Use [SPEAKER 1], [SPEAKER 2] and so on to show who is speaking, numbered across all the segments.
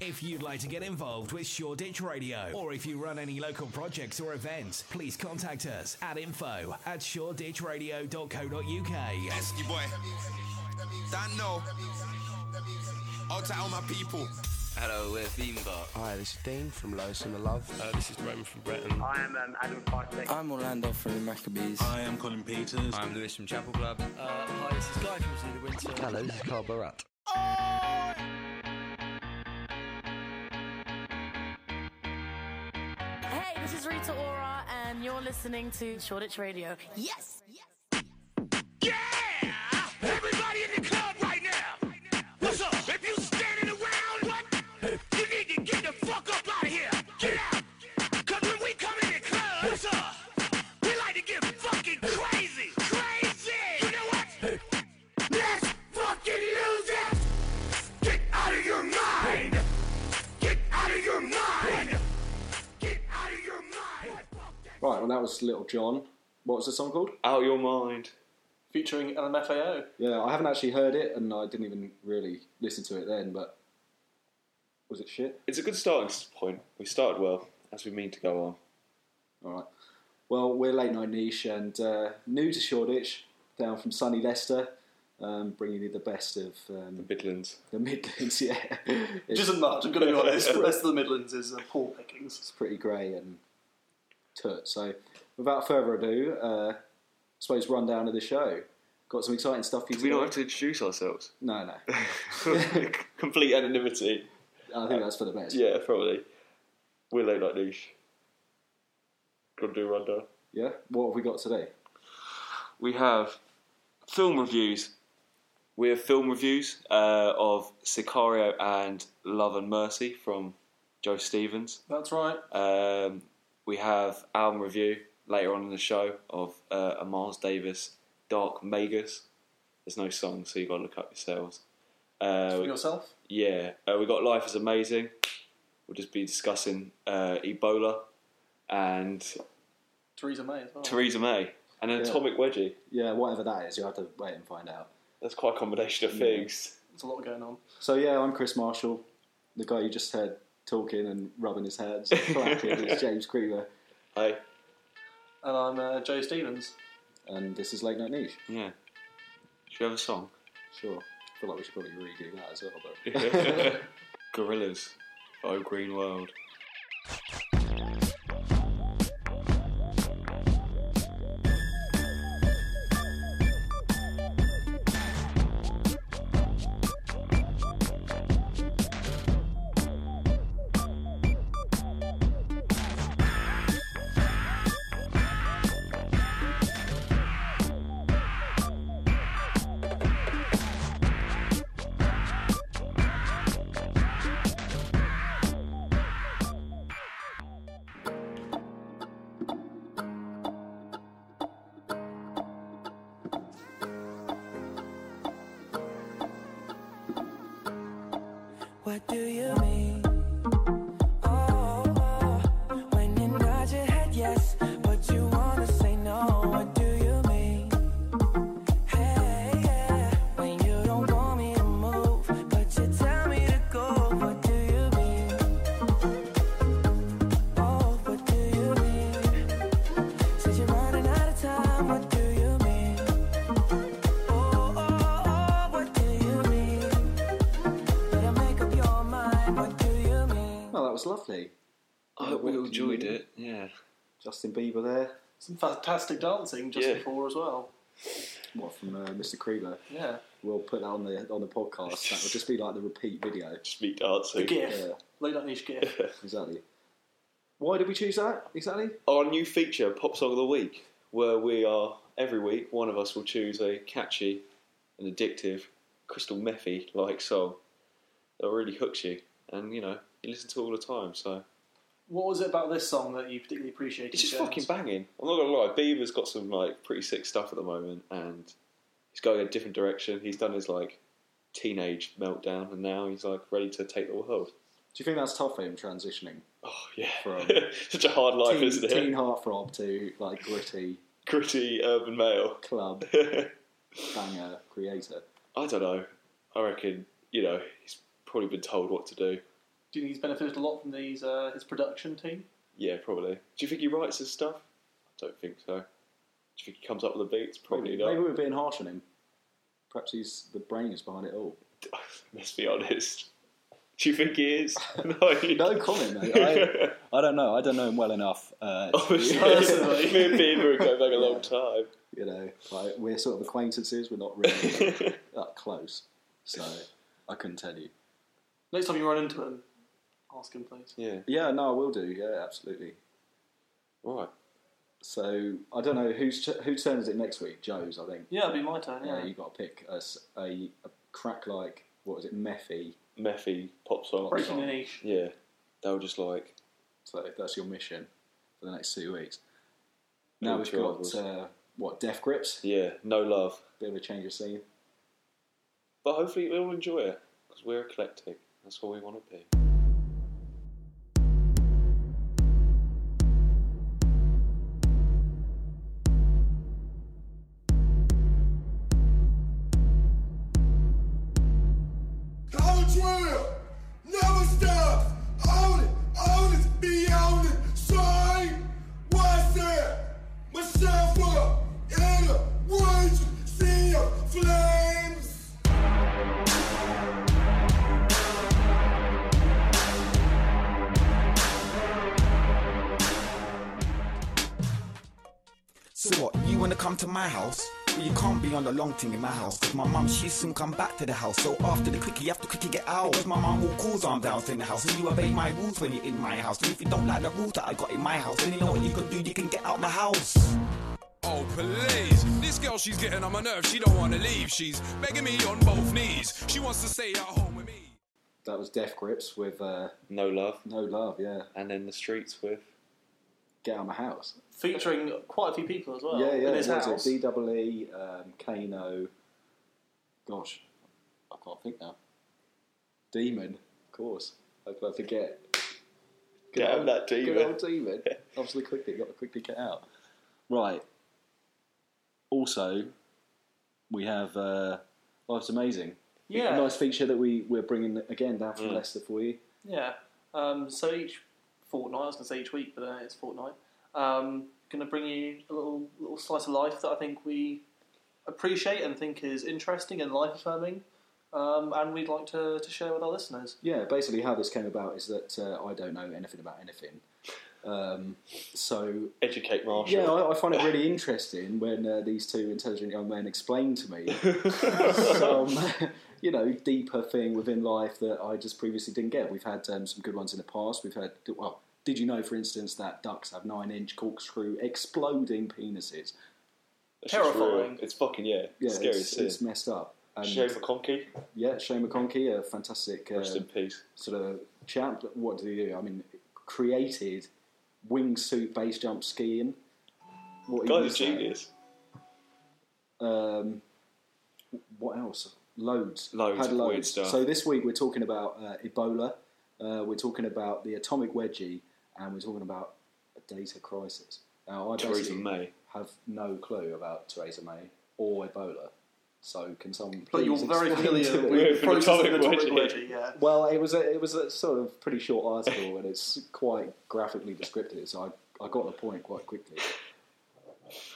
[SPEAKER 1] If you'd like to get involved with Shoreditch Radio, or if you run any local projects or events, please contact us at info at shoreditchradio.co.uk.
[SPEAKER 2] Esky boy. Dano. Out to all my people.
[SPEAKER 3] Hello, we're Beanbar.
[SPEAKER 4] Hi, this is Dean from Lois and the Love.
[SPEAKER 5] Uh, this is Roman from Breton.
[SPEAKER 6] I am um, Adam Fitek.
[SPEAKER 7] I'm Orlando from the Maccabees.
[SPEAKER 8] I am Colin Peters.
[SPEAKER 3] I'm Lewis from Chapel Club.
[SPEAKER 9] Uh, hi, this is Guy from Zulu Winter.
[SPEAKER 10] Hello, this is Carl Barat.
[SPEAKER 11] Hey, this is Rita Ora, and you're listening to Shoreditch Radio. Yes! Yes!
[SPEAKER 2] Yeah! Everybody in the club right now. What's up? If you standing around, what? You need to get the fuck up out of here. Get out. Cause when we come in the club, what's up? We like to get fucking crazy. Crazy. You know what? Let's fucking use it. Get out of your mind. Get out of your mind. Get out of your mind.
[SPEAKER 12] Right, well, that was Little John. What was the song called?
[SPEAKER 13] Out your mind.
[SPEAKER 6] Featuring LMFAO.
[SPEAKER 12] Yeah, I haven't actually heard it, and I didn't even really listen to it then. But was it shit?
[SPEAKER 13] It's a good starting point. We started well, as we mean to go on.
[SPEAKER 12] All right. Well, we're late night niche and uh, new to Shoreditch, down from sunny Leicester, um, bringing you the best of um,
[SPEAKER 13] Midlands.
[SPEAKER 12] the Midlands. Yeah,
[SPEAKER 6] Which
[SPEAKER 12] it's
[SPEAKER 6] isn't much, I'm going to be honest. The rest of the Midlands is uh, poor pickings.
[SPEAKER 12] pretty grey and tut. So, without further ado, uh, I suppose rundown of the show. Got some exciting stuff for you.
[SPEAKER 13] Do we
[SPEAKER 12] today.
[SPEAKER 13] not have to introduce ourselves?
[SPEAKER 12] No, no. I
[SPEAKER 13] Complete anonymity.
[SPEAKER 12] think that's for the best.
[SPEAKER 13] Yeah, probably. We're late like niche. Gotta do a rundown.
[SPEAKER 12] Yeah? What have we got today?
[SPEAKER 13] we have film reviews. We have film reviews uh, of Sicario and Love and Mercy from Joe Stevens.
[SPEAKER 6] That's right.
[SPEAKER 13] Um, we have album review later on in the show of uh, a Miles Davis Dark Magus. There's no song, so you got to look up yourselves. Uh,
[SPEAKER 6] For yourself?
[SPEAKER 13] yeah, uh, we got Life is Amazing. We'll just be discussing uh, Ebola and
[SPEAKER 6] Theresa May as well.
[SPEAKER 13] Theresa May and an
[SPEAKER 12] Yeah.
[SPEAKER 13] Atomic Wedgie.
[SPEAKER 12] Yeah, whatever that is, you'll have to wait and find out.
[SPEAKER 13] That's quite a combination of things.
[SPEAKER 6] There's a lot going on.
[SPEAKER 12] So, yeah, I'm Chris Marshall, the guy you just heard talking and rubbing his hands and clapping. it's James Creever,
[SPEAKER 13] Hey,
[SPEAKER 6] And I'm uh, Joe Stevens.
[SPEAKER 12] and this is Late Night Niche.
[SPEAKER 13] yeah. Should we have a song?
[SPEAKER 12] Sure. I feel like we should probably redo that as well, but
[SPEAKER 13] Gorillas. Oh, Green World.
[SPEAKER 7] What do you mean? Oh, oh, when you nod your head yes, but you wanna say no. What do you mean? Hey, yeah. When you don't want me to move, but you tell me to go. What do you mean? Oh, what do you mean? Said you're running out of time. What do you mean? Oh, oh, oh, what do you mean? Better make up your mind. What do you mean?
[SPEAKER 12] no, that was lovely.
[SPEAKER 13] I hope Oh, we all enjoyed it. Yeah.
[SPEAKER 12] Justin Bieber there.
[SPEAKER 6] Some fantastic dancing just
[SPEAKER 13] Yeah.
[SPEAKER 6] before as well.
[SPEAKER 12] What from uh, Mr. Creever?
[SPEAKER 6] Yeah.
[SPEAKER 12] We'll put that on the on the podcast. That will just be like the repeat video.
[SPEAKER 13] Speak dancing.
[SPEAKER 6] The GIF.
[SPEAKER 12] Yeah.
[SPEAKER 6] Late Night Niche GIF.
[SPEAKER 12] Exactly. Why did we choose that exactly?
[SPEAKER 13] Our new feature, Pop Song of the Week, where we are every week, one of us will choose a catchy and addictive, crystal methy like song that really hooks you. And you know, you listen to it all the time, so
[SPEAKER 6] What was it about this song that you particularly appreciated?
[SPEAKER 13] it's just
[SPEAKER 6] James?
[SPEAKER 13] fucking banging. I'm not gonna lie, Bieber's got some like pretty sick stuff at the moment and he's going in a different direction. He's done his like teenage meltdown and now he's like ready to take the world.
[SPEAKER 12] Do you think that's tough for him transitioning
[SPEAKER 13] Oh yeah,
[SPEAKER 12] From-
[SPEAKER 13] such a hard life,
[SPEAKER 12] teen,
[SPEAKER 13] isn't it?
[SPEAKER 12] teen heartthrob to like gritty
[SPEAKER 13] Gritty urban male.
[SPEAKER 12] club
[SPEAKER 13] I
[SPEAKER 12] banger creator?
[SPEAKER 13] don't know. I reckon you know he's probably been told what to do.
[SPEAKER 6] Do you think he's benefited a lot from these uh, his production team?
[SPEAKER 13] Yeah, probably. Do you think he writes his stuff? I don't think so. Do you think he comes up with the beats? Probably
[SPEAKER 12] Maybe,
[SPEAKER 13] not.
[SPEAKER 12] maybe we're being harsh on him. Perhaps he's the brains behind it all.
[SPEAKER 13] Let's be honest. Do you think he is? no,
[SPEAKER 12] No comment, mate. I, I don't know. I don't know him well enough. Uh,
[SPEAKER 13] Obviously, me and Beaver would go back a long time.
[SPEAKER 12] you know, like we're sort of acquaintances. We're not really that close, so I couldn't tell you.
[SPEAKER 6] Next time you run into him, ask him please.
[SPEAKER 13] Yeah.
[SPEAKER 12] Yeah, no, I will do. Yeah, absolutely.
[SPEAKER 13] All right.
[SPEAKER 12] So I don't know whose t- whose turn is it next week. Joe's, I think.
[SPEAKER 6] Yeah, it'd be my turn.
[SPEAKER 12] Yeah,
[SPEAKER 6] Yeah.
[SPEAKER 12] you got to pick a, s- a- a crack like what is it, Meffy.
[SPEAKER 13] Meffy pop song.
[SPEAKER 6] Breaking the niche.
[SPEAKER 13] Yeah. They were just like
[SPEAKER 12] So that's your mission for the next two weeks. Now
[SPEAKER 13] All
[SPEAKER 12] we've
[SPEAKER 13] two
[SPEAKER 12] got
[SPEAKER 13] others.
[SPEAKER 12] uh, what Death Grips.
[SPEAKER 13] yeah, no love.
[SPEAKER 12] Bit of a change of scene.
[SPEAKER 13] But hopefully we'll enjoy it because we're eclectic. That's what we want to be.
[SPEAKER 2] Don't twirl, never stop. Own it, own it, be on it. Sorry, what's that? Myself up in the woods, see your flames.
[SPEAKER 5] So what, you wanna come to my house? Well, you can't be on the long thing in my house. Cause my mum, she soon come back to the house. So after the quickie, you have to quickie get out. Because my mum will cause arm downs in the house. And you obey my rules when you're in my house. And if you don't like the rules that I got in my house, then you know what you can do, you can get out my house.
[SPEAKER 8] Oh, please. This girl, she's getting on my nerves. She don't want to leave. She's begging me on both knees. She wants to stay at home with me.
[SPEAKER 12] That was Death Grips with uh,
[SPEAKER 13] No love.
[SPEAKER 12] No Love. Yeah,
[SPEAKER 13] And then the streets with
[SPEAKER 12] Get Out of My House.
[SPEAKER 6] Featuring quite a few people as well.
[SPEAKER 12] yeah, yeah.
[SPEAKER 6] Oh, In his
[SPEAKER 12] what
[SPEAKER 6] house.
[SPEAKER 12] was it? DWE, um, Kano. Gosh, I can't think now. Demon, of course. How could I forget?
[SPEAKER 13] Get out that
[SPEAKER 12] Good
[SPEAKER 13] demon.
[SPEAKER 12] old demon. Obviously, quickly got to quickly get out. Right. Also, we have uh, Life's Amazing.
[SPEAKER 6] Yeah. Mm.
[SPEAKER 12] A nice feature that we we're bringing again down from Leicester for you.
[SPEAKER 6] Yeah. Um, so each fortnight, I was going to say each week, but uh, it's fortnight. Um, going to bring you a little little slice of life that I think we appreciate and think is interesting and life affirming, um, and we'd like to, to share with our listeners.
[SPEAKER 12] Yeah, basically how this came about is that uh, I don't know anything about anything. Um, so
[SPEAKER 13] Educate Marshall.
[SPEAKER 12] yeah, I, I find it really interesting when uh, these two intelligent young men explain to me some, you know, deeper thing within life that I just previously didn't get. We've had um, some good ones in the past. We've had well, did you know, for instance, that ducks have nine-inch corkscrew exploding penises?
[SPEAKER 13] It's just
[SPEAKER 6] Terrifying.
[SPEAKER 13] real. It's fucking yeah.
[SPEAKER 12] Yeah,
[SPEAKER 13] scary
[SPEAKER 12] it's,
[SPEAKER 13] scene.
[SPEAKER 12] it's messed up. And,
[SPEAKER 13] Shane McConkey,
[SPEAKER 12] yeah, Shane McConkey, a fantastic uh,
[SPEAKER 13] rest in peace.
[SPEAKER 12] sort of champ. What did he do? I mean, created wingsuit base jump skiing. What he
[SPEAKER 13] Guy's a
[SPEAKER 12] was, uh,
[SPEAKER 13] genius.
[SPEAKER 12] Um, what else? Loads.
[SPEAKER 13] Loads
[SPEAKER 12] Had
[SPEAKER 13] of
[SPEAKER 12] loads.
[SPEAKER 13] weird stuff.
[SPEAKER 12] So this week we're talking about uh, Ebola. Uh, we're talking about the atomic wedgie, and we're talking about a data crisis. Now, I
[SPEAKER 13] Theresa
[SPEAKER 12] basically
[SPEAKER 13] May.
[SPEAKER 12] have no clue about Theresa May or Ebola. So can someone? Please
[SPEAKER 6] But you're very
[SPEAKER 12] explain
[SPEAKER 6] familiar
[SPEAKER 12] to me?
[SPEAKER 6] with
[SPEAKER 13] We're
[SPEAKER 6] the process of
[SPEAKER 13] from
[SPEAKER 6] the
[SPEAKER 13] Atomic
[SPEAKER 6] topic
[SPEAKER 13] Wedgie.
[SPEAKER 6] wedgie, yeah.
[SPEAKER 12] Well, it was a it was a sort of pretty short article, and it's quite graphically descriptive, so I, I got the point quite quickly.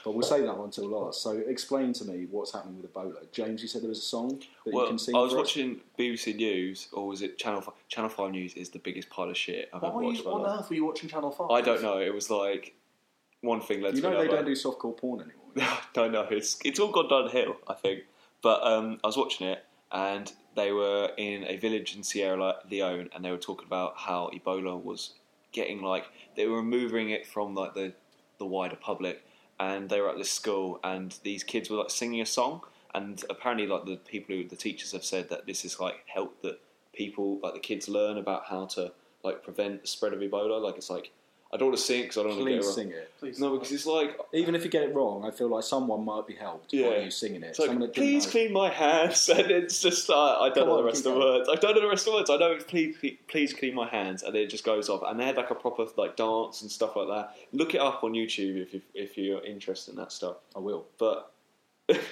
[SPEAKER 12] But we'll save that one till last. So explain to me what's happening with Ebola. James, you said there was a song that you
[SPEAKER 13] Well,
[SPEAKER 12] can sing.
[SPEAKER 13] I was
[SPEAKER 12] for us?
[SPEAKER 13] watching BBC News, or was it Channel Five? Channel Five News is the biggest pile of shit I've
[SPEAKER 6] Why
[SPEAKER 13] ever
[SPEAKER 6] were you,
[SPEAKER 13] watched. in my
[SPEAKER 6] on
[SPEAKER 13] life.
[SPEAKER 6] earth were you watching Channel 5?
[SPEAKER 13] I don't know. It was like one thing led
[SPEAKER 12] You
[SPEAKER 13] to
[SPEAKER 12] know
[SPEAKER 13] another.
[SPEAKER 12] they don't do softcore porn anymore.
[SPEAKER 13] no, no, it's it's all gone downhill, I think. But um, I was watching it, and they were in a village in Sierra Leone, and they were talking about how Ebola was getting like they were removing it from like the the wider public, and they were at this school, and these kids were like singing a song, and apparently like the people who the teachers have said that this is like help that people like the kids learn about how to like prevent the spread of Ebola. Like it's like I don't want to sing because I don't want to get it
[SPEAKER 12] Please
[SPEAKER 13] wrong.
[SPEAKER 12] sing it.
[SPEAKER 6] Please.
[SPEAKER 13] No, because it's like
[SPEAKER 12] Even if you get it wrong, I feel like someone might be helped by
[SPEAKER 13] Yeah.
[SPEAKER 12] you singing it.
[SPEAKER 13] it's like,
[SPEAKER 12] Someone that didn't
[SPEAKER 13] please
[SPEAKER 12] know.
[SPEAKER 13] clean my hands, and it's just uh, I don't
[SPEAKER 12] Come
[SPEAKER 13] know
[SPEAKER 12] on,
[SPEAKER 13] the rest
[SPEAKER 12] keep
[SPEAKER 13] of the
[SPEAKER 12] going.
[SPEAKER 13] words. I don't know the rest of the words. I know it's please, please, please clean my hands, and then it just goes off. And they had like a proper like dance and stuff like that. Look it up on YouTube if you, if you're interested in that stuff.
[SPEAKER 12] I will.
[SPEAKER 13] But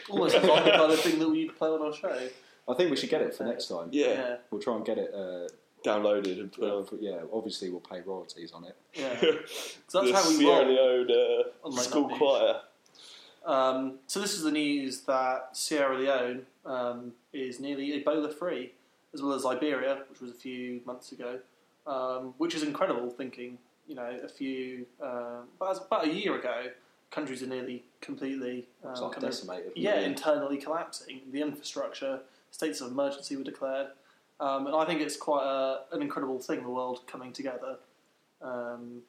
[SPEAKER 6] Almost like the kind of thing that we'd play on our show.
[SPEAKER 12] I think we should get it for next time.
[SPEAKER 13] yeah,
[SPEAKER 6] Yeah.
[SPEAKER 12] We'll try and get it. Uh,
[SPEAKER 13] downloaded and put
[SPEAKER 12] on. Yeah, obviously we'll pay royalties on it.
[SPEAKER 6] Yeah, 'Cause that's
[SPEAKER 13] the
[SPEAKER 6] how we
[SPEAKER 13] Sierra
[SPEAKER 6] roll.
[SPEAKER 13] Leone uh,
[SPEAKER 6] Unlike
[SPEAKER 13] school
[SPEAKER 6] that
[SPEAKER 13] choir.
[SPEAKER 6] Um, so this is the news that Sierra Leone um, is nearly Ebola free, as well as Liberia, which was a few months ago, um, which is incredible. Thinking, you know, a few uh, about, about a year ago, countries are nearly completely um,
[SPEAKER 12] It's like
[SPEAKER 6] kind of-
[SPEAKER 12] decimated,
[SPEAKER 6] yeah,
[SPEAKER 12] really.
[SPEAKER 6] internally collapsing. The infrastructure, states of emergency were declared, um, and I think it's quite a, an incredible thing. The world coming together. Um,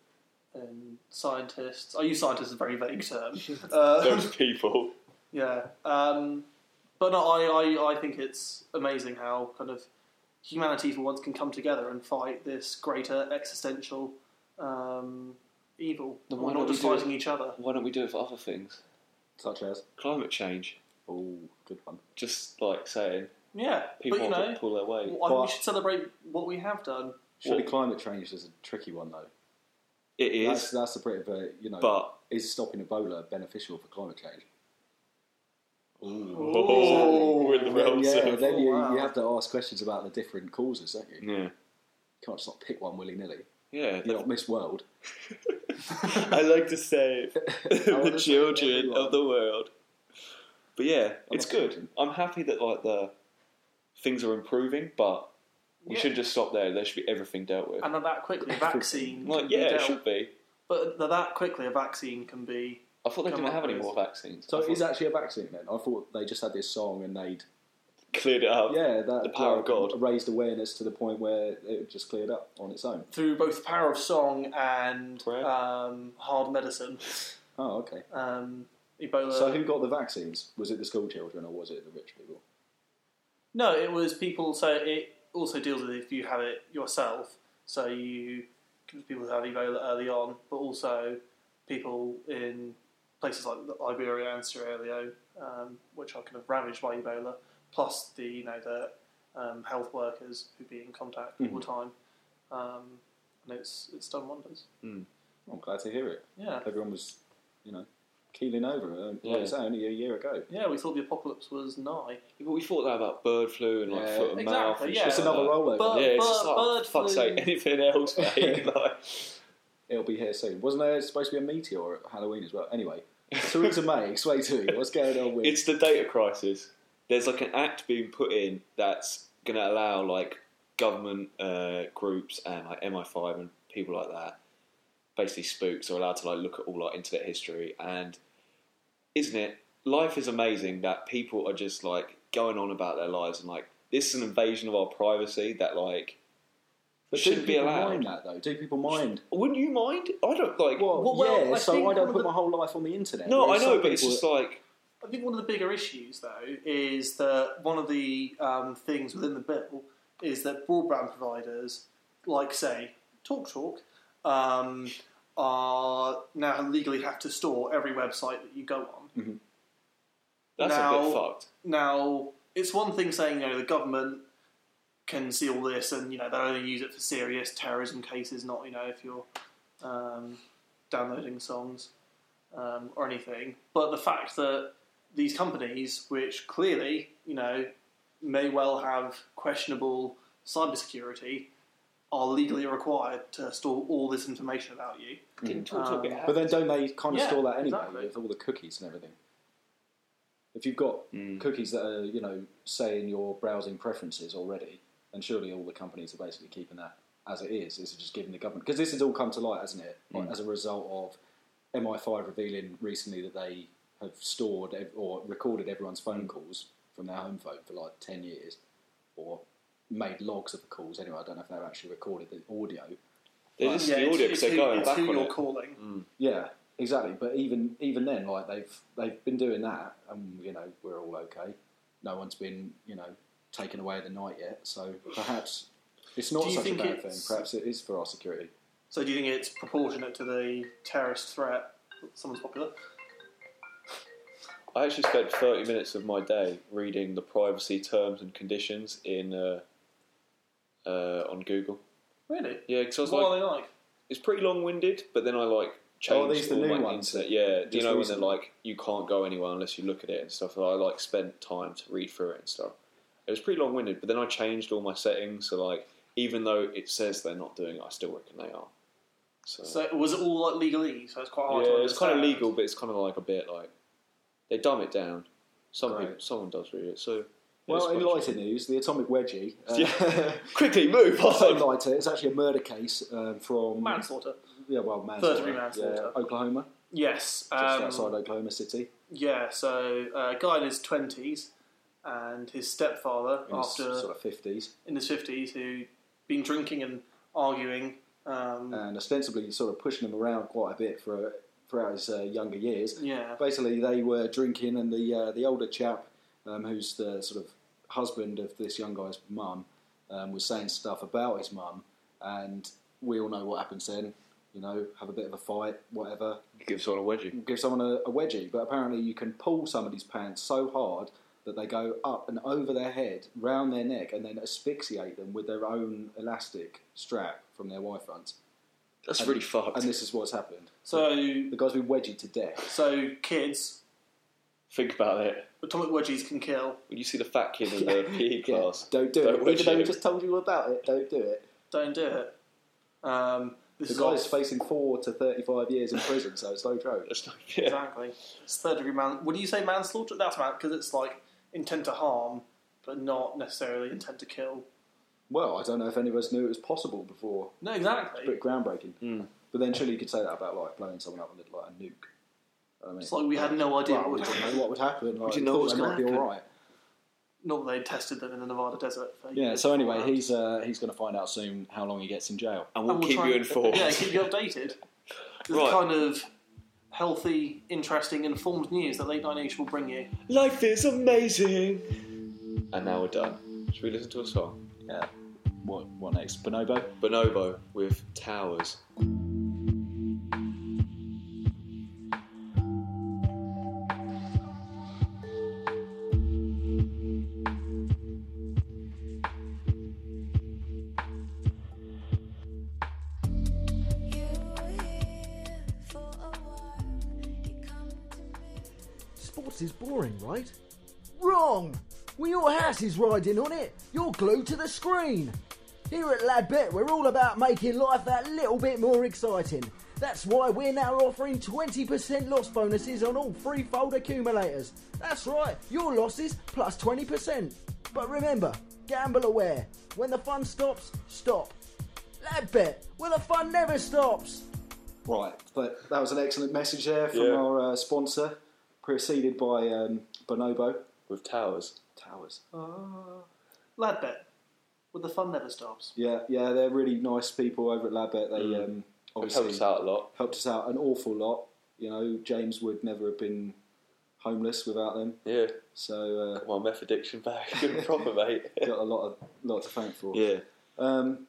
[SPEAKER 6] and scientists. I use scientists as a very vague term. Uh,
[SPEAKER 13] Those people.
[SPEAKER 6] yeah, um, but no, I, I, I think it's amazing how kind of humanity for once can come together and fight this greater existential um, evil.
[SPEAKER 13] Then
[SPEAKER 6] We're
[SPEAKER 13] why
[SPEAKER 6] not
[SPEAKER 13] don't we
[SPEAKER 6] just
[SPEAKER 13] do it-
[SPEAKER 6] fighting each other.
[SPEAKER 13] Why don't we do it for other things?
[SPEAKER 12] Such as?
[SPEAKER 13] Climate change.
[SPEAKER 12] Oh, good one.
[SPEAKER 13] Just like saying,
[SPEAKER 6] Yeah,
[SPEAKER 13] people
[SPEAKER 6] but you
[SPEAKER 13] want
[SPEAKER 6] know,
[SPEAKER 13] to pull their weight.
[SPEAKER 6] well, I think
[SPEAKER 13] But
[SPEAKER 6] we should celebrate what we have done.
[SPEAKER 12] Surely climate change is a tricky one though.
[SPEAKER 13] it is.
[SPEAKER 12] That's, that's a bit of a you know.
[SPEAKER 13] But-
[SPEAKER 12] is stopping Ebola beneficial for climate change?
[SPEAKER 13] Oh, we're in the realms
[SPEAKER 12] yeah,
[SPEAKER 13] of-
[SPEAKER 12] then you,
[SPEAKER 13] Wow.
[SPEAKER 12] you have to ask questions about the different causes, don't you?
[SPEAKER 13] Yeah.
[SPEAKER 12] Can't just like pick one willy nilly.
[SPEAKER 13] Yeah,
[SPEAKER 12] you're not Miss World.
[SPEAKER 13] I like to save
[SPEAKER 12] wanna
[SPEAKER 13] the
[SPEAKER 12] save
[SPEAKER 13] children
[SPEAKER 12] everyone.
[SPEAKER 13] of the world. But yeah, it's
[SPEAKER 12] not
[SPEAKER 13] good.
[SPEAKER 12] children.
[SPEAKER 13] I'm happy that like the things are improving, but we
[SPEAKER 6] Yeah.
[SPEAKER 13] should just stop there. There should be everything dealt with.
[SPEAKER 6] And then that quickly, a vaccine.
[SPEAKER 13] like
[SPEAKER 6] can be
[SPEAKER 13] yeah, it
[SPEAKER 6] dealt-
[SPEAKER 13] should be.
[SPEAKER 6] But then that quickly, a vaccine can be.
[SPEAKER 13] I thought they
[SPEAKER 6] come
[SPEAKER 13] didn't
[SPEAKER 6] up
[SPEAKER 13] have any
[SPEAKER 6] with.
[SPEAKER 13] more vaccines.
[SPEAKER 12] So
[SPEAKER 13] I
[SPEAKER 12] it
[SPEAKER 13] thought
[SPEAKER 12] is actually a vaccine then. I thought they just had this song and they'd
[SPEAKER 13] cleared it up.
[SPEAKER 12] yeah that
[SPEAKER 13] Oh,
[SPEAKER 12] uh,
[SPEAKER 13] the power of God.
[SPEAKER 12] raised awareness to the point where it just cleared up on its own.
[SPEAKER 6] Through both the power of song and
[SPEAKER 13] Prayer.
[SPEAKER 6] um, hard medicine,
[SPEAKER 12] Oh, okay.
[SPEAKER 13] Uh,
[SPEAKER 6] um, Ebola.
[SPEAKER 12] So who got the vaccines? Was it the school children or was it the rich people?
[SPEAKER 6] No, it was people. So it also deals with if you have it yourself. So you people who have Ebola early on, but also people in places like Liberia and Sierra Leone, um, which are kind of ravaged by Ebola. Plus the you know the um, health workers who be in contact all the time, um, and it's it's done wonders.
[SPEAKER 12] I'm glad to hear it.
[SPEAKER 6] Yeah.
[SPEAKER 12] Everyone was, you know, keeling over. uh, Like
[SPEAKER 13] Yeah.
[SPEAKER 12] you say, only a year ago.
[SPEAKER 6] Yeah, we thought the apocalypse was nigh.
[SPEAKER 13] But we thought that about bird flu and like
[SPEAKER 12] Yeah.
[SPEAKER 13] foot and mouth.
[SPEAKER 6] Exactly,
[SPEAKER 13] And
[SPEAKER 6] yeah.
[SPEAKER 13] shit
[SPEAKER 12] It's another
[SPEAKER 13] like
[SPEAKER 12] rollover.
[SPEAKER 13] that.
[SPEAKER 6] But-
[SPEAKER 13] Yeah, uh, it's just
[SPEAKER 6] but
[SPEAKER 13] like oh,
[SPEAKER 6] bird
[SPEAKER 13] fuck's
[SPEAKER 6] flu-
[SPEAKER 13] sake, anything else, mate. like,
[SPEAKER 12] It'll be here soon. Wasn't there supposed to be a meteor at Halloween as well? Anyway, Theresa May, explain to me what's going on with.
[SPEAKER 13] It's the data crisis. There's like an act being put in that's going to allow like government uh, groups and like MI5 and people like that, basically spooks, are allowed to like look at all our internet history. And isn't it? Life is amazing that people are just like going on about their lives and like this is an invasion of our privacy that like
[SPEAKER 12] But do
[SPEAKER 13] shouldn't be
[SPEAKER 12] people
[SPEAKER 13] allowed.
[SPEAKER 12] mind that though? Do people mind?
[SPEAKER 13] Wouldn't you mind? I don't like.
[SPEAKER 12] Well,
[SPEAKER 6] well,
[SPEAKER 12] yeah.
[SPEAKER 6] I
[SPEAKER 12] so
[SPEAKER 6] think
[SPEAKER 12] I don't
[SPEAKER 6] one
[SPEAKER 12] put
[SPEAKER 6] of the-
[SPEAKER 12] my whole life on the internet.
[SPEAKER 13] no, I
[SPEAKER 12] whereas
[SPEAKER 13] know,
[SPEAKER 12] some
[SPEAKER 13] but it's
[SPEAKER 12] people-
[SPEAKER 13] just like
[SPEAKER 6] I think one of the bigger issues, though, is that one of the um, things within the bill is that broadband providers, like say TalkTalk, um, are now legally have to store every website that you go on.
[SPEAKER 13] that's a
[SPEAKER 6] Now-
[SPEAKER 13] bit fucked.
[SPEAKER 6] Now, it's one thing saying, you know, the government can see all this and, you know, they only use it for serious terrorism cases, not, you know, if you're um, downloading songs um, or anything. But the fact that these companies, which clearly, you know, may well have questionable cybersecurity, are legally required to store all this information about you.
[SPEAKER 13] Didn't talk to a bit
[SPEAKER 12] But then don't they kind of
[SPEAKER 6] Yeah,
[SPEAKER 12] store that anyway
[SPEAKER 6] exactly.
[SPEAKER 12] with all the cookies and everything? If you've got cookies that are, you know, say in your browsing preferences already, then surely all the companies are basically keeping that as it is. It's just giving the government because this has all come to light, hasn't it? Like, As a result of MI5 revealing recently that they have stored ev- or recorded everyone's phone calls from their home phone for like ten years, or made logs of the calls. Anyway, I don't know if they've actually recorded the audio,
[SPEAKER 13] They listen to the
[SPEAKER 6] it's-
[SPEAKER 13] audio
[SPEAKER 6] it's
[SPEAKER 13] because they're
[SPEAKER 6] who-
[SPEAKER 13] going
[SPEAKER 6] it's
[SPEAKER 13] back
[SPEAKER 6] who
[SPEAKER 13] on
[SPEAKER 6] you're
[SPEAKER 13] it.
[SPEAKER 6] calling.
[SPEAKER 12] yeah, exactly. But even even then, like they've they've been doing that, and you know we're all okay. No one's been you know taken away at the night yet, so perhaps it's not
[SPEAKER 6] Do you
[SPEAKER 12] such a
[SPEAKER 6] think
[SPEAKER 12] bad thing.
[SPEAKER 6] it's-
[SPEAKER 12] Perhaps it is for our security.
[SPEAKER 6] So do you think it's proportionate to the terrorist threat? Someone's popular.
[SPEAKER 13] I actually spent 30 minutes of my day reading the privacy terms and conditions in uh, uh, on Google.
[SPEAKER 6] Really?
[SPEAKER 13] Yeah, because I was
[SPEAKER 6] What
[SPEAKER 13] like,
[SPEAKER 6] are they like?
[SPEAKER 13] it's pretty long-winded, but then I like changed
[SPEAKER 12] are these the
[SPEAKER 13] all
[SPEAKER 12] new
[SPEAKER 13] my
[SPEAKER 12] ones?
[SPEAKER 13] internet. Yeah, do you
[SPEAKER 12] Just
[SPEAKER 13] know when
[SPEAKER 12] recently?
[SPEAKER 13] they're like, you can't go anywhere unless you look at it and stuff. I like spent time to read through it and stuff. It was pretty long-winded, but then I changed all my settings. So like, even though it says they're not doing it, I still reckon they are. So,
[SPEAKER 6] So was it all like legally? So it's quite hard to
[SPEAKER 13] yeah,
[SPEAKER 6] understand.
[SPEAKER 13] it's kind of legal, but it's kind of like a bit like they dumb it down. Some
[SPEAKER 12] Right.
[SPEAKER 13] people, someone does read it, so
[SPEAKER 12] Well, in lighter news, the atomic wedgie. uh,
[SPEAKER 13] Yeah. Quickly, move
[SPEAKER 12] also
[SPEAKER 13] on.
[SPEAKER 12] lighter. It's actually a murder case um, from
[SPEAKER 6] manslaughter.
[SPEAKER 12] Yeah, well,
[SPEAKER 6] Third
[SPEAKER 12] manslaughter.
[SPEAKER 6] degree manslaughter.
[SPEAKER 12] Yeah, Oklahoma,
[SPEAKER 6] Yes.
[SPEAKER 12] just
[SPEAKER 6] um,
[SPEAKER 12] outside Oklahoma City.
[SPEAKER 6] Yeah, so uh, a guy in his 20s and his stepfather,
[SPEAKER 12] In his
[SPEAKER 6] after
[SPEAKER 12] sort of fifties,
[SPEAKER 6] in his 50s, who been drinking and arguing. Um,
[SPEAKER 12] and ostensibly sort of pushing them around quite a bit for throughout his uh, younger years.
[SPEAKER 6] Yeah.
[SPEAKER 12] Basically, they were drinking, and the uh, the older chap, um, who's the sort of husband of this young guy's mum, um, was saying stuff about his mum, and we all know what happens then. You know, have a bit of a fight, whatever.
[SPEAKER 13] Give someone a wedgie.
[SPEAKER 12] Give someone a, a wedgie, but apparently you can pull somebody's pants so hard that they go up and over their head, round their neck, and then asphyxiate them with their own elastic strap from their Y front.
[SPEAKER 13] That's
[SPEAKER 12] And-
[SPEAKER 13] really fucked.
[SPEAKER 12] And this is what's happened.
[SPEAKER 6] So
[SPEAKER 12] the guy's been wedged to death.
[SPEAKER 6] so kids,
[SPEAKER 13] Think about it.
[SPEAKER 6] atomic wedgies can kill.
[SPEAKER 13] When you see the fat kid in the PE class,
[SPEAKER 12] Don't do it.
[SPEAKER 13] wedge
[SPEAKER 12] Even though we
[SPEAKER 13] him.
[SPEAKER 12] just told you about it, don't do it.
[SPEAKER 6] Don't do it. Um, this
[SPEAKER 12] The
[SPEAKER 6] is
[SPEAKER 12] guy's
[SPEAKER 6] off-
[SPEAKER 12] facing four to thirty-five years in prison, so it's no joke.
[SPEAKER 6] Exactly. It's third degree man. Would you say manslaughter? That's man because it's like intent to harm, but not necessarily intent to kill.
[SPEAKER 12] Well, I don't know if any of us knew it was possible before.
[SPEAKER 6] No, exactly.
[SPEAKER 12] It's pretty groundbreaking. But then surely you could say that about like blowing someone up with like a nuke. I mean,
[SPEAKER 6] It's like we had no idea
[SPEAKER 12] well,
[SPEAKER 6] what
[SPEAKER 12] we
[SPEAKER 6] would
[SPEAKER 12] didn't
[SPEAKER 6] happen.
[SPEAKER 12] know what would happen. Like,
[SPEAKER 6] didn't know
[SPEAKER 12] thought
[SPEAKER 6] what was
[SPEAKER 12] they
[SPEAKER 6] gonna
[SPEAKER 12] might be
[SPEAKER 6] happen.
[SPEAKER 12] all right.
[SPEAKER 6] Not that they tested them in the Nevada desert. For
[SPEAKER 12] Yeah.
[SPEAKER 6] years
[SPEAKER 12] So anyway,
[SPEAKER 6] beforehand.
[SPEAKER 12] he's uh, he's going to find out soon how long he gets in jail.
[SPEAKER 6] And try and- Yeah, keep you updated. The
[SPEAKER 12] Right.
[SPEAKER 6] kind of healthy, interesting, informed news that Late Night Nation will bring you.
[SPEAKER 13] Life is amazing. And now we're done. Should we listen to a song?
[SPEAKER 12] Yeah. What, what next? Bonobo?
[SPEAKER 13] Bonobo with Towers.
[SPEAKER 10] Sports is boring, right? Wrong! Well, your house is riding on it. You're glued to the screen. Here at Ladbet, we're all about making life that little bit more exciting. That's why we're now offering 20% loss bonuses on all free fold accumulators. That's right, your losses plus 20%. But remember, gamble aware. When the fun stops, stop. Ladbet, where the fun never stops.
[SPEAKER 12] Right, but that was an excellent message there from
[SPEAKER 10] Yeah.
[SPEAKER 12] our uh, sponsor, preceded by um, Bonobo
[SPEAKER 13] with towers.
[SPEAKER 12] Towers.
[SPEAKER 6] Uh, Ladbet, where the fun never stops.
[SPEAKER 12] Yeah, yeah, they're really nice people over at Labet. They
[SPEAKER 13] Mm.
[SPEAKER 12] um,
[SPEAKER 13] They've
[SPEAKER 12] obviously
[SPEAKER 13] helped us out a lot.
[SPEAKER 12] Helped us out an awful lot. You know, James would never have been homeless without them.
[SPEAKER 13] Yeah.
[SPEAKER 12] So uh,
[SPEAKER 13] Got my meth addiction back, good and proper, mate.
[SPEAKER 12] got a lot of lot to thank for.
[SPEAKER 13] Yeah.
[SPEAKER 12] Um,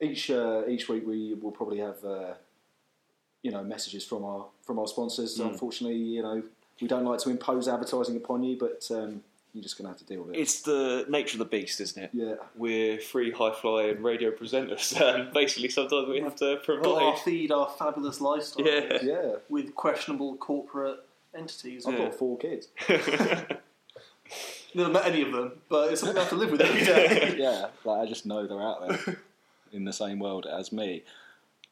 [SPEAKER 12] each uh, each week we will probably have uh, you know messages from our from our sponsors.
[SPEAKER 13] Mm.
[SPEAKER 12] Unfortunately, you know we don't like to impose advertising upon you, but um, you're just going to have to deal with it.
[SPEAKER 13] It's the nature of the beast, isn't it?
[SPEAKER 12] Yeah.
[SPEAKER 13] We're free high flying radio presenters, and basically sometimes we have to
[SPEAKER 6] Our
[SPEAKER 13] provide.
[SPEAKER 6] feed, our fabulous lifestyle.
[SPEAKER 13] Yeah.
[SPEAKER 12] Yeah.
[SPEAKER 6] With questionable corporate entities.
[SPEAKER 12] I've got four kids. Oh,
[SPEAKER 6] Never met any of them, but it's something I have to live with every day.
[SPEAKER 12] yeah, like I just know they're out there in the same world as me.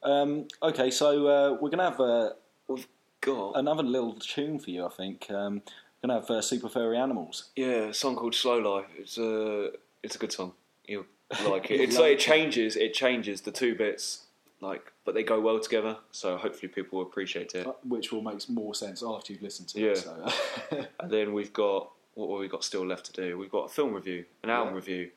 [SPEAKER 12] Um, okay, so uh, we're gonna have uh,
[SPEAKER 13] we've got
[SPEAKER 12] another little tune for you. I think um, we're gonna have uh, Super Furry Animals.
[SPEAKER 13] Yeah, a song called Slow Life. It's a it's a good song. You'll like it.
[SPEAKER 12] You'll
[SPEAKER 13] It's
[SPEAKER 12] love
[SPEAKER 13] like
[SPEAKER 12] it.
[SPEAKER 13] it changes. It changes the two bits, like, but they go well together. So hopefully people will appreciate it.
[SPEAKER 12] uh, Which will make more sense after you've listened to
[SPEAKER 13] Yeah.
[SPEAKER 12] it. So,
[SPEAKER 13] and then we've got what have we got still left to do? We've got a film review, an album review.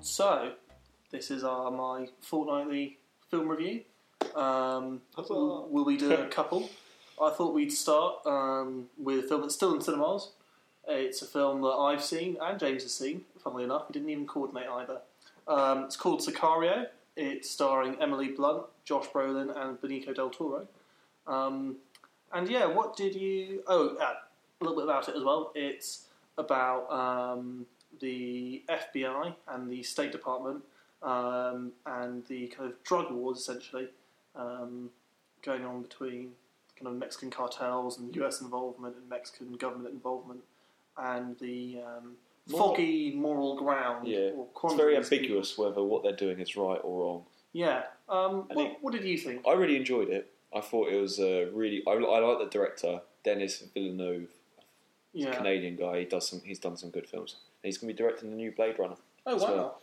[SPEAKER 6] So, this is our my fortnightly film review. Um, will we do a couple? I thought we'd start um, with a film that's still in cinemas. It's a film that I've seen and James has seen, funnily enough. We didn't even coordinate either. Um, it's called Sicario. It's starring Emily Blunt, Josh Brolin, and Benicio del Toro. Um, and yeah, what did you. Oh, uh, a little bit about it as well. It's about um, the FBI and the State Department um, and the kind of drug wars essentially um, going on between kind of Mexican cartels and US involvement and Mexican government involvement and the um,
[SPEAKER 13] Moral-
[SPEAKER 6] foggy moral ground
[SPEAKER 13] Yeah,
[SPEAKER 6] or
[SPEAKER 13] it's very
[SPEAKER 6] quandaries.
[SPEAKER 13] ambiguous whether what they're doing is right or wrong.
[SPEAKER 6] yeah. Um, what, what did you think?
[SPEAKER 13] I really enjoyed it. I thought it was uh, really. I, I like the director Dennis Villeneuve. He's a
[SPEAKER 6] Yeah.
[SPEAKER 13] Canadian guy. He does some. He's done some good films. And he's going to be directing the new Blade Runner.
[SPEAKER 6] Oh,
[SPEAKER 13] as
[SPEAKER 6] wow.
[SPEAKER 13] well.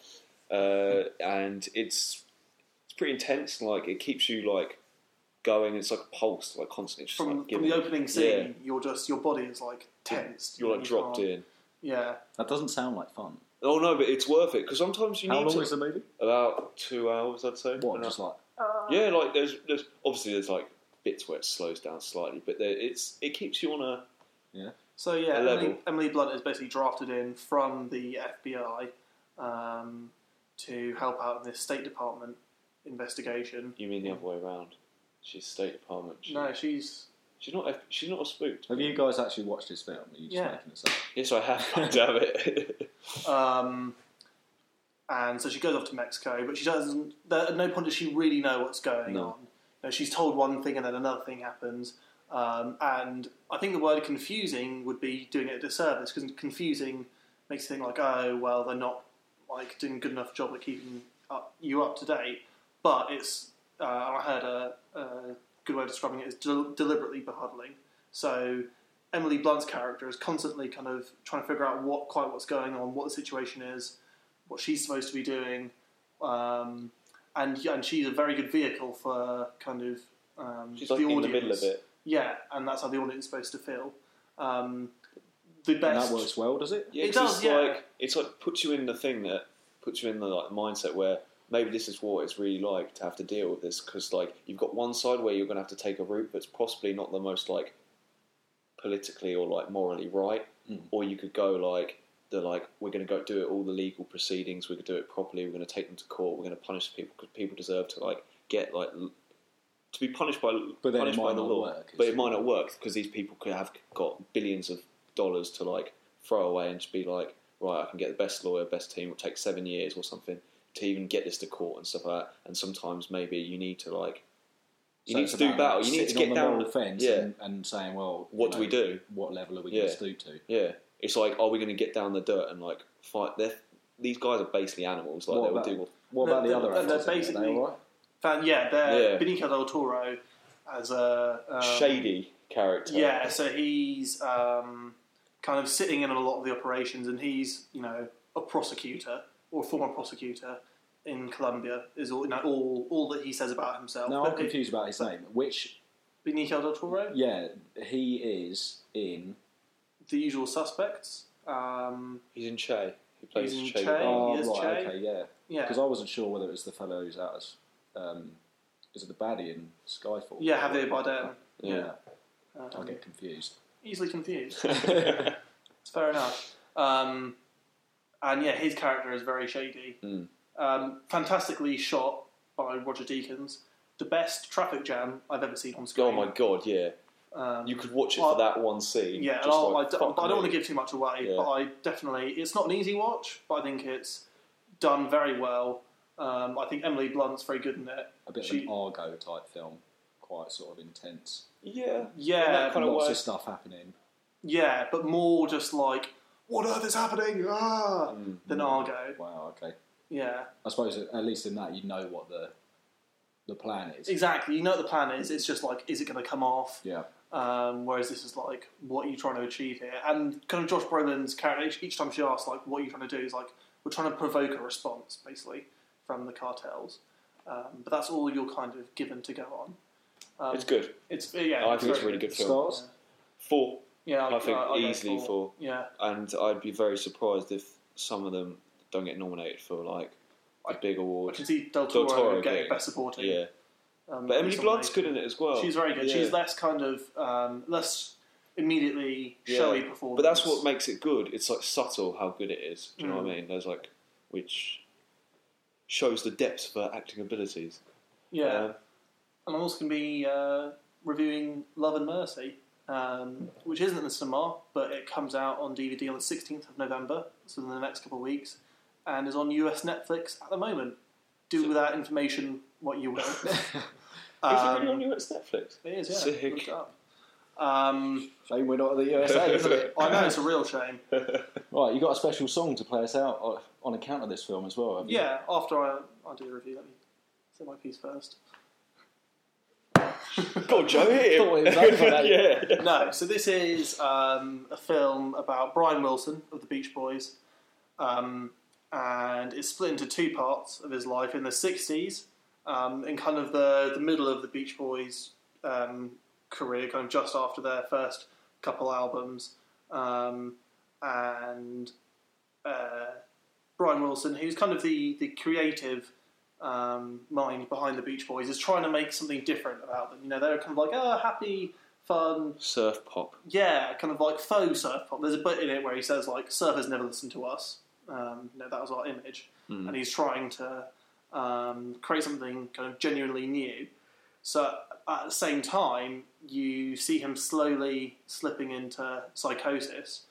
[SPEAKER 13] Uh, and it's it's pretty intense. Like it keeps you like going. It's like a pulse, like constantly. Just
[SPEAKER 6] From,
[SPEAKER 13] like,
[SPEAKER 6] from
[SPEAKER 13] giving-
[SPEAKER 6] the opening
[SPEAKER 13] Yeah.
[SPEAKER 6] scene, you're just your body is like tensed.
[SPEAKER 13] You're like
[SPEAKER 6] You
[SPEAKER 13] dropped
[SPEAKER 6] can't-
[SPEAKER 13] in.
[SPEAKER 6] Yeah.
[SPEAKER 13] That doesn't sound like fun. Oh no, but it's worth it because sometimes you
[SPEAKER 12] How
[SPEAKER 13] need.
[SPEAKER 12] long
[SPEAKER 13] to,
[SPEAKER 12] is the movie?
[SPEAKER 13] About two hours, I'd say. What? Just
[SPEAKER 12] like.
[SPEAKER 13] yeah, like there's, there's obviously there's like bits where it slows down slightly, but there, it's it keeps you on a.
[SPEAKER 12] Yeah.
[SPEAKER 6] So yeah,
[SPEAKER 13] A
[SPEAKER 6] Emily,
[SPEAKER 13] level.
[SPEAKER 6] Emily Blunt is basically drafted in from the FBI um, to help out in this State Department investigation.
[SPEAKER 13] You mean the other way around? She's State Department. She,
[SPEAKER 6] No, she's
[SPEAKER 13] she's not. a- She's not a spook.
[SPEAKER 12] Have you guys actually watched this film? Are you just
[SPEAKER 6] Yeah.
[SPEAKER 12] making this up?
[SPEAKER 13] Yes, I have. Damn it.
[SPEAKER 6] Um, and so she goes off to Mexico, but she doesn't. there- At no point does she really know what's going
[SPEAKER 13] No.
[SPEAKER 6] on. You know, she's told one thing and then another thing happens. Um, and I think the word confusing would be doing it a disservice because confusing makes you think like, oh well, they're not like doing a good enough job at keeping up, you up to date. But it's uh, I heard a, a good way of describing it is del- deliberately befuddling. So Emily Blunt's character is constantly kind of trying to figure out what quite what's going on, what the situation is, what she's supposed to be doing, um, and and she's a very good vehicle for kind of um,
[SPEAKER 13] She's
[SPEAKER 6] the
[SPEAKER 13] like in the
[SPEAKER 6] audience.
[SPEAKER 13] middle of it.
[SPEAKER 6] Yeah, and that's how the audience is supposed to feel. Um, the
[SPEAKER 12] And
[SPEAKER 6] best
[SPEAKER 12] that works well, does it?
[SPEAKER 13] Yeah,
[SPEAKER 6] It
[SPEAKER 13] 'cause
[SPEAKER 6] does,
[SPEAKER 13] It's
[SPEAKER 6] yeah.
[SPEAKER 13] like it's like puts you in the thing that puts you in the like mindset where maybe this is what it's really like to have to deal with this because like you've got one side where you're going to have to take a route that's possibly not the most like politically or like morally right, or you could go like the like we're going to go do it all the legal proceedings, we're going to do it properly, we're going to take them to court, we're going to punish people because people deserve to like get like l- to be punished by
[SPEAKER 12] But then it
[SPEAKER 13] punished by
[SPEAKER 12] might
[SPEAKER 13] the
[SPEAKER 12] not
[SPEAKER 13] law,
[SPEAKER 12] work,
[SPEAKER 13] but
[SPEAKER 12] is
[SPEAKER 13] it might not work because these people could have got billions of dollars to like throw away and just be like, right, I can get the best lawyer, best team. It'll take seven years or something to even get this to court and stuff like that. And sometimes maybe you need to like you
[SPEAKER 12] So
[SPEAKER 13] need
[SPEAKER 12] it's
[SPEAKER 13] to do
[SPEAKER 12] about
[SPEAKER 13] battle. You need to
[SPEAKER 12] sitting
[SPEAKER 13] get
[SPEAKER 12] on the
[SPEAKER 13] down
[SPEAKER 12] moral fence
[SPEAKER 13] Yeah,
[SPEAKER 12] and, and saying, well,
[SPEAKER 13] What
[SPEAKER 12] you
[SPEAKER 13] do we do?
[SPEAKER 12] What level are we
[SPEAKER 13] yeah,
[SPEAKER 12] going to stoop to?
[SPEAKER 13] yeah. It's like, are we going to get down the dirt and like fight? They're, these guys are basically animals. Like
[SPEAKER 12] What
[SPEAKER 13] they will
[SPEAKER 12] about-
[SPEAKER 13] do.
[SPEAKER 12] what about the other
[SPEAKER 6] they're,
[SPEAKER 12] actors?
[SPEAKER 6] they're
[SPEAKER 12] Are they
[SPEAKER 6] basically
[SPEAKER 12] all right?
[SPEAKER 6] found yeah they're
[SPEAKER 13] Yeah.
[SPEAKER 6] Benicio del Toro as a um,
[SPEAKER 13] shady character?
[SPEAKER 6] Yeah, so he's um, kind of sitting in on a lot of the operations, and he's you know a prosecutor or a former prosecutor in Colombia is all you know, all all that he says about himself.
[SPEAKER 12] Now I'm
[SPEAKER 6] But
[SPEAKER 12] confused about his name. Which,
[SPEAKER 6] Benicio del Toro,
[SPEAKER 12] yeah, he is in.
[SPEAKER 6] the usual suspects. Um,
[SPEAKER 13] he's in Che. He
[SPEAKER 6] plays He's in Che. Che,
[SPEAKER 12] Oh,
[SPEAKER 6] he is
[SPEAKER 12] right,
[SPEAKER 6] Che.
[SPEAKER 12] okay, yeah.
[SPEAKER 6] Yeah.
[SPEAKER 12] Because I wasn't sure whether it was the fellow who's out as. Um, is it the baddie in Skyfall?
[SPEAKER 6] yeah, Javier Bardem.
[SPEAKER 12] Yeah. I
[SPEAKER 6] Um,
[SPEAKER 12] get confused.
[SPEAKER 6] easily confused. it's fair enough. Um, and yeah, his character is very shady.
[SPEAKER 13] Mm.
[SPEAKER 6] Um, fantastically shot by Roger Deakins. The best traffic jam I've ever seen on screen.
[SPEAKER 13] Oh my god, yeah.
[SPEAKER 6] Um,
[SPEAKER 13] you could watch it
[SPEAKER 6] well,
[SPEAKER 13] for that one scene.
[SPEAKER 6] Yeah,
[SPEAKER 13] just
[SPEAKER 6] and I'll,
[SPEAKER 13] like,
[SPEAKER 6] I, d-
[SPEAKER 13] fuck
[SPEAKER 6] but I don't want
[SPEAKER 13] me.
[SPEAKER 6] to give too much away,
[SPEAKER 13] Yeah.
[SPEAKER 6] but I definitely, it's not an easy watch, but I think it's done very well. Um, I think Emily Blunt's very good in it.
[SPEAKER 12] A bit
[SPEAKER 6] She-
[SPEAKER 12] of an Argo type film, quite sort of intense.
[SPEAKER 13] Yeah.
[SPEAKER 6] Yeah. That kind of
[SPEAKER 12] lots
[SPEAKER 6] way.
[SPEAKER 12] of stuff happening.
[SPEAKER 6] Yeah, but more just like, what on earth is happening? Ah! Than Argo.
[SPEAKER 12] Wow, okay.
[SPEAKER 6] Yeah.
[SPEAKER 12] I suppose at least in that you know what the the plan is.
[SPEAKER 6] Exactly. You know what the plan is. It's just like, is it going to come off?
[SPEAKER 12] Yeah.
[SPEAKER 6] Um, whereas this is like, what are you trying to achieve here? And kind of Josh Brolin's character, each, each time she asks, like, what are you trying to do? He's like, we're trying to provoke a response, basically, from the cartels. Um, but that's all you're kind of given to go on. Um,
[SPEAKER 13] It's good.
[SPEAKER 6] It's yeah.
[SPEAKER 13] I think it's a really good film.
[SPEAKER 6] Stars?
[SPEAKER 13] Four.
[SPEAKER 6] Yeah,
[SPEAKER 13] I
[SPEAKER 6] I'd-
[SPEAKER 13] think
[SPEAKER 6] I'd go
[SPEAKER 13] easily
[SPEAKER 6] four.
[SPEAKER 13] four.
[SPEAKER 6] Yeah.
[SPEAKER 13] And I'd be very surprised if some of them don't get nominated for like a big award.
[SPEAKER 6] I can see Del Toro getting Best Supporting.
[SPEAKER 13] Yeah.
[SPEAKER 6] Um,
[SPEAKER 13] But Emily
[SPEAKER 6] it's
[SPEAKER 13] Blunt's
[SPEAKER 6] amazing.
[SPEAKER 13] good in it as well.
[SPEAKER 6] She's very good.
[SPEAKER 13] Oh, Yeah.
[SPEAKER 6] She's less kind of um, less immediately showy
[SPEAKER 13] Yeah.
[SPEAKER 6] performance.
[SPEAKER 13] But that's what makes it good. It's like subtle how good it is. Do you know what
[SPEAKER 6] Mm.
[SPEAKER 13] I mean? There's like which shows the depth of her acting abilities.
[SPEAKER 6] Yeah.
[SPEAKER 13] Um,
[SPEAKER 6] And I'm also going to be uh, reviewing Love and Mercy, um, which isn't in the cinema, but it comes out on DVD on the 16th of November, so in the next couple of weeks, and is on US Netflix at the moment. Do with that information what you will.
[SPEAKER 13] Uh, Is it really on US Netflix?
[SPEAKER 6] Um, It is, yeah.
[SPEAKER 13] Sick.
[SPEAKER 6] Look it up. Um,
[SPEAKER 12] Shame we're not at the USA, isn't it?
[SPEAKER 6] I know, it's a real shame.
[SPEAKER 12] Right, you got a special song to play us out on- on account of this film as well. Have you?
[SPEAKER 6] Yeah, after I, I do the review, let me say my piece first.
[SPEAKER 13] God, Joe, hit him.
[SPEAKER 6] Thought it was over,
[SPEAKER 13] mate. yeah.
[SPEAKER 6] No, so this is um, a film about Brian Wilson of the Beach Boys, um, and it's split into two parts of his life in the 60s, um, in kind of the, the middle of the Beach Boys um, career, kind of just after their first couple albums. Um, and uh, Brian Wilson, who's kind of the, the creative um, mind behind the Beach Boys, is trying to make something different about them. You know, they're kind of like, oh, happy, fun,
[SPEAKER 13] Surf pop.
[SPEAKER 6] yeah, kind of like faux surf pop. There's a bit in it where he says, like, surfers never listen to us. Um, you know, that was our image.
[SPEAKER 13] Mm.
[SPEAKER 6] And he's trying to um, create something kind of genuinely new. So at the same time, you see him slowly slipping into psychosis.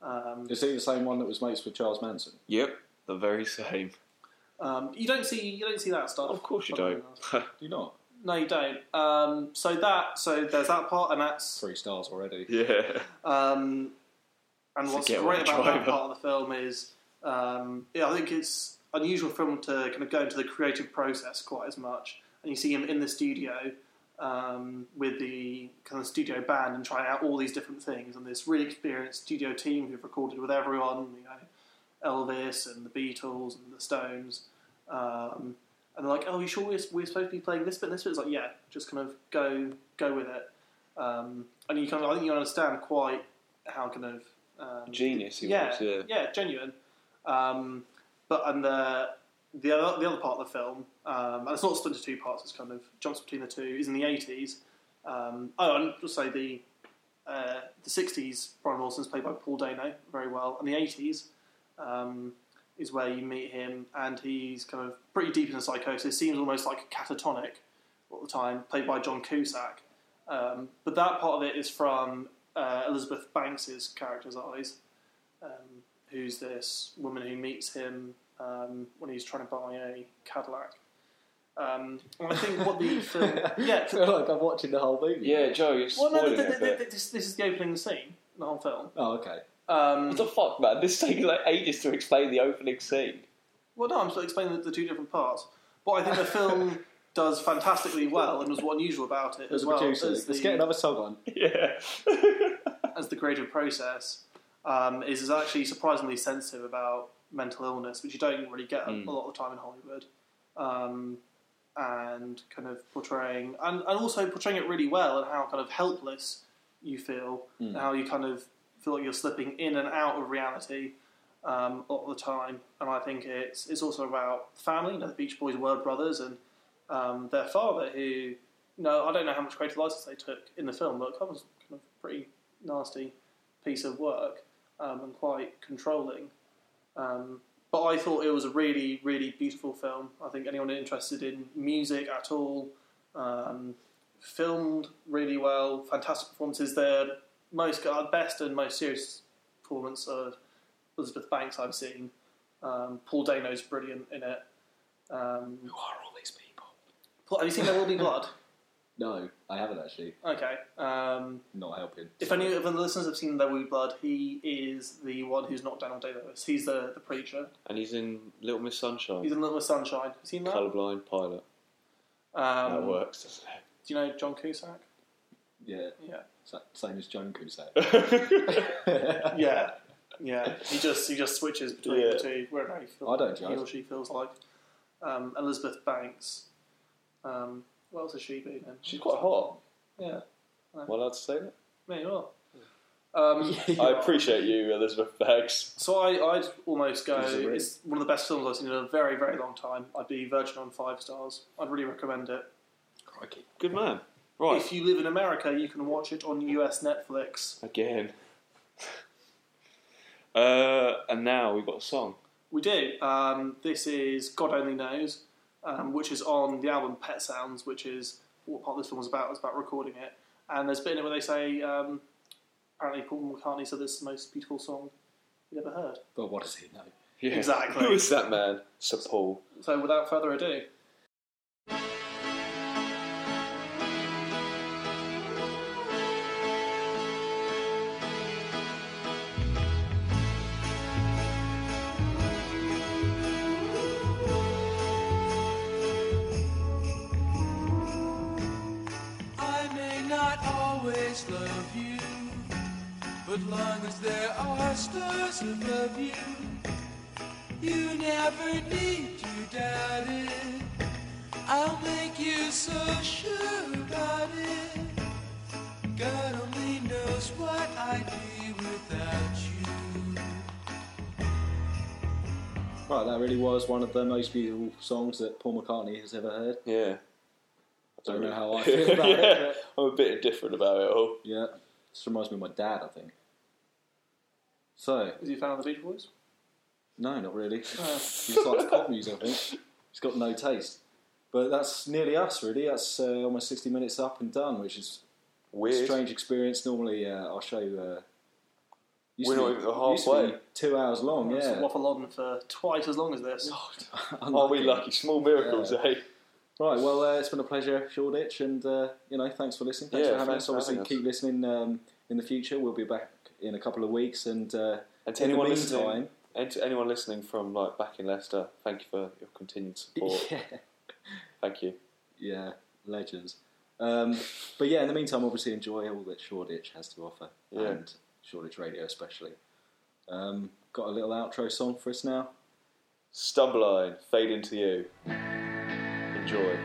[SPEAKER 6] Um,
[SPEAKER 12] Is he the same one that was mates with Charles Manson?
[SPEAKER 13] Yep, the very same.
[SPEAKER 6] Um, you don't see you don't see that stuff. Of
[SPEAKER 13] course you don't. Do
[SPEAKER 12] you not?
[SPEAKER 6] No, you don't. Um, so that so there's that part, and that's
[SPEAKER 12] three stars already.
[SPEAKER 13] Yeah.
[SPEAKER 6] Um, and what's
[SPEAKER 12] Forget
[SPEAKER 6] great
[SPEAKER 12] what
[SPEAKER 6] about that
[SPEAKER 12] driver.
[SPEAKER 6] part of the film is, um, yeah, I think it's unusual film to kind of go into the creative process quite as much, and you see him in the studio um, with the kind of studio band and trying out all these different things, and this really experienced studio team who've recorded with everyone, you know, Elvis and the Beatles and the Stones. Um, and they're like, "Oh, you sure we're, we're supposed to be playing this bit? and This bit?" It's like, "Yeah, just kind of go go with it." Um, and you kind of, I think you understand quite how kind of um,
[SPEAKER 13] Genius he
[SPEAKER 6] yeah,
[SPEAKER 13] was, yeah.
[SPEAKER 6] genuine. Um, but and the the other the other part of the film, um, and it's not split into two parts. It's kind of jumps between the two. Is in the eighties. Um, oh, and just say the uh, the sixties. Brian Wilson's played by Paul Dano very well, and the eighties um, is where you meet him, and he's kind of pretty deep in a psychosis. Seems almost like catatonic all the time, played by John Cusack. Um, but that part of it is from uh, Elizabeth Banks's character's eyes, um, who's this woman who meets him um, when he's trying to buy a Cadillac. Um, and I think what the film, yeah,
[SPEAKER 12] I feel like I'm watching the whole movie.
[SPEAKER 13] Yeah, Joe, you're
[SPEAKER 6] well, no,
[SPEAKER 13] spoiling
[SPEAKER 6] th-
[SPEAKER 13] it.
[SPEAKER 6] th- th- this, this is the opening scene, the whole film.
[SPEAKER 12] Oh, okay.
[SPEAKER 6] Um,
[SPEAKER 13] what the fuck, man? This takes like ages to explain the opening scene.
[SPEAKER 6] Well, no, I'm still explaining the, the two different parts, but I think the film does fantastically well, and was what unusual about it
[SPEAKER 12] As
[SPEAKER 6] as
[SPEAKER 12] a
[SPEAKER 6] well
[SPEAKER 12] producer,
[SPEAKER 6] as
[SPEAKER 12] let's
[SPEAKER 6] the-
[SPEAKER 12] get another song on.
[SPEAKER 13] Yeah.
[SPEAKER 6] as the creative process um, is, is actually surprisingly sensitive about mental illness, which you don't really get a,
[SPEAKER 13] Mm.
[SPEAKER 6] a lot of the time in Hollywood, um, and kind of portraying and, and also portraying it really well and how kind of helpless you feel,
[SPEAKER 13] Mm.
[SPEAKER 6] and how you kind of feel like you're slipping in and out of reality um, a lot of the time. And I think it's it's also about family. You know, the Beach Boys were brothers, and um, their father, who no, I don't know how much creative license they took in the film, but it comes kind of pretty nasty piece of work um, and quite controlling. Um, but I thought it was a really, really beautiful film. I think anyone interested in music at all, um, filmed really well, fantastic performances. Their most, our best and most serious performance of Elizabeth Banks I've seen. Um, Paul Dano's brilliant in it. Um, Who are all these people? Paul, have you seen There Will Be Blood?
[SPEAKER 12] No, I haven't actually.
[SPEAKER 6] Okay. Um,
[SPEAKER 12] Not helping.
[SPEAKER 6] if any of the listeners have seen There Will Be Blood, he is the one who's not Daniel Day Lewis. He's the, the preacher.
[SPEAKER 13] And he's in Little Miss Sunshine.
[SPEAKER 6] He's in Little Miss Sunshine. Have you seen that?
[SPEAKER 13] Colorblind pilot.
[SPEAKER 6] Um,
[SPEAKER 13] that works, doesn't it?
[SPEAKER 6] Do you know John Cusack?
[SPEAKER 12] Yeah.
[SPEAKER 6] Yeah.
[SPEAKER 12] Sa- Same as Joan Cusack.
[SPEAKER 6] yeah, yeah. He just he just switches between
[SPEAKER 12] Yeah.
[SPEAKER 6] the two. Where he feels,
[SPEAKER 12] I don't
[SPEAKER 6] He
[SPEAKER 12] judge.
[SPEAKER 6] or she feels like um, Elizabeth Banks. Um, what else has she been in?
[SPEAKER 13] She's quite hot.
[SPEAKER 6] Yeah.
[SPEAKER 13] Am I allowed to say that?
[SPEAKER 6] Yeah, you are. Um,
[SPEAKER 13] I appreciate you, Elizabeth Banks.
[SPEAKER 6] So I, I'd almost go.
[SPEAKER 13] Gives a ring.
[SPEAKER 6] It's one of the best films I've seen in a very, very long time. I'd be Virgin on five stars. I'd really recommend it.
[SPEAKER 13] Crikey. Good man. Right.
[SPEAKER 6] If you live in America, you can watch it on US Netflix.
[SPEAKER 13] Again. uh, and now we've got a song.
[SPEAKER 6] We do. Um, this is God Only Knows, um, which is on the album Pet Sounds, which is what part of this film was about. It was about recording it. And there's a bit in it where they say, um, apparently Paul McCartney said this is the most beautiful song he'd ever heard.
[SPEAKER 12] But what does he know?
[SPEAKER 13] Yeah.
[SPEAKER 6] Exactly.
[SPEAKER 13] Who is that man? Sir Paul.
[SPEAKER 6] So without further ado,
[SPEAKER 3] I may not always love you, but long as there are stars above you, you never need to doubt it. I'll make you so sure about it. God only knows what I'd be without you.
[SPEAKER 12] Right, that really was one of the most beautiful songs that Paul McCartney has ever heard.
[SPEAKER 13] Yeah.
[SPEAKER 12] I don't know how I feel about it.
[SPEAKER 13] Yeah, I'm a bit indifferent about it all.
[SPEAKER 12] Yeah. This reminds me of my dad, I think. So,
[SPEAKER 6] is he a fan of the Beach Boys?
[SPEAKER 12] no, not really. He just likes pop music, I think. He's got no taste. But that's nearly us, really. That's uh, almost 60 minutes up and done, which is
[SPEAKER 13] Weird.
[SPEAKER 12] a strange experience. Normally, uh, our show. Uh, used
[SPEAKER 13] We're
[SPEAKER 12] to
[SPEAKER 13] not
[SPEAKER 12] be-
[SPEAKER 13] even
[SPEAKER 12] used to be
[SPEAKER 13] halfway.
[SPEAKER 12] Two hours long,
[SPEAKER 6] Just
[SPEAKER 12] yeah.
[SPEAKER 6] Waffle on for twice as long as this.
[SPEAKER 13] Are we lucky? Small miracles,
[SPEAKER 12] Yeah.
[SPEAKER 13] eh?
[SPEAKER 12] Right, well, uh, it's been a pleasure, Shoreditch, and uh, you know, thanks for listening. Thanks
[SPEAKER 13] Yeah,
[SPEAKER 12] for having
[SPEAKER 13] thanks
[SPEAKER 12] us.
[SPEAKER 13] for
[SPEAKER 12] Obviously,
[SPEAKER 13] having us.
[SPEAKER 12] keep listening um, in the future. We'll be back in a couple of weeks, and uh,
[SPEAKER 13] And to
[SPEAKER 12] in the
[SPEAKER 13] anyone
[SPEAKER 12] meantime,
[SPEAKER 13] listening, and to anyone listening from like back in Leicester, thank you for your continued support.
[SPEAKER 12] yeah,
[SPEAKER 13] Thank you.
[SPEAKER 12] yeah, legends. Um, but yeah, in the meantime, obviously, enjoy all that Shoreditch has to offer,
[SPEAKER 13] Yeah.
[SPEAKER 12] and Shoreditch Radio especially. Um, got a little outro song for us now.
[SPEAKER 13] Stubline, fade into you. Enjoy.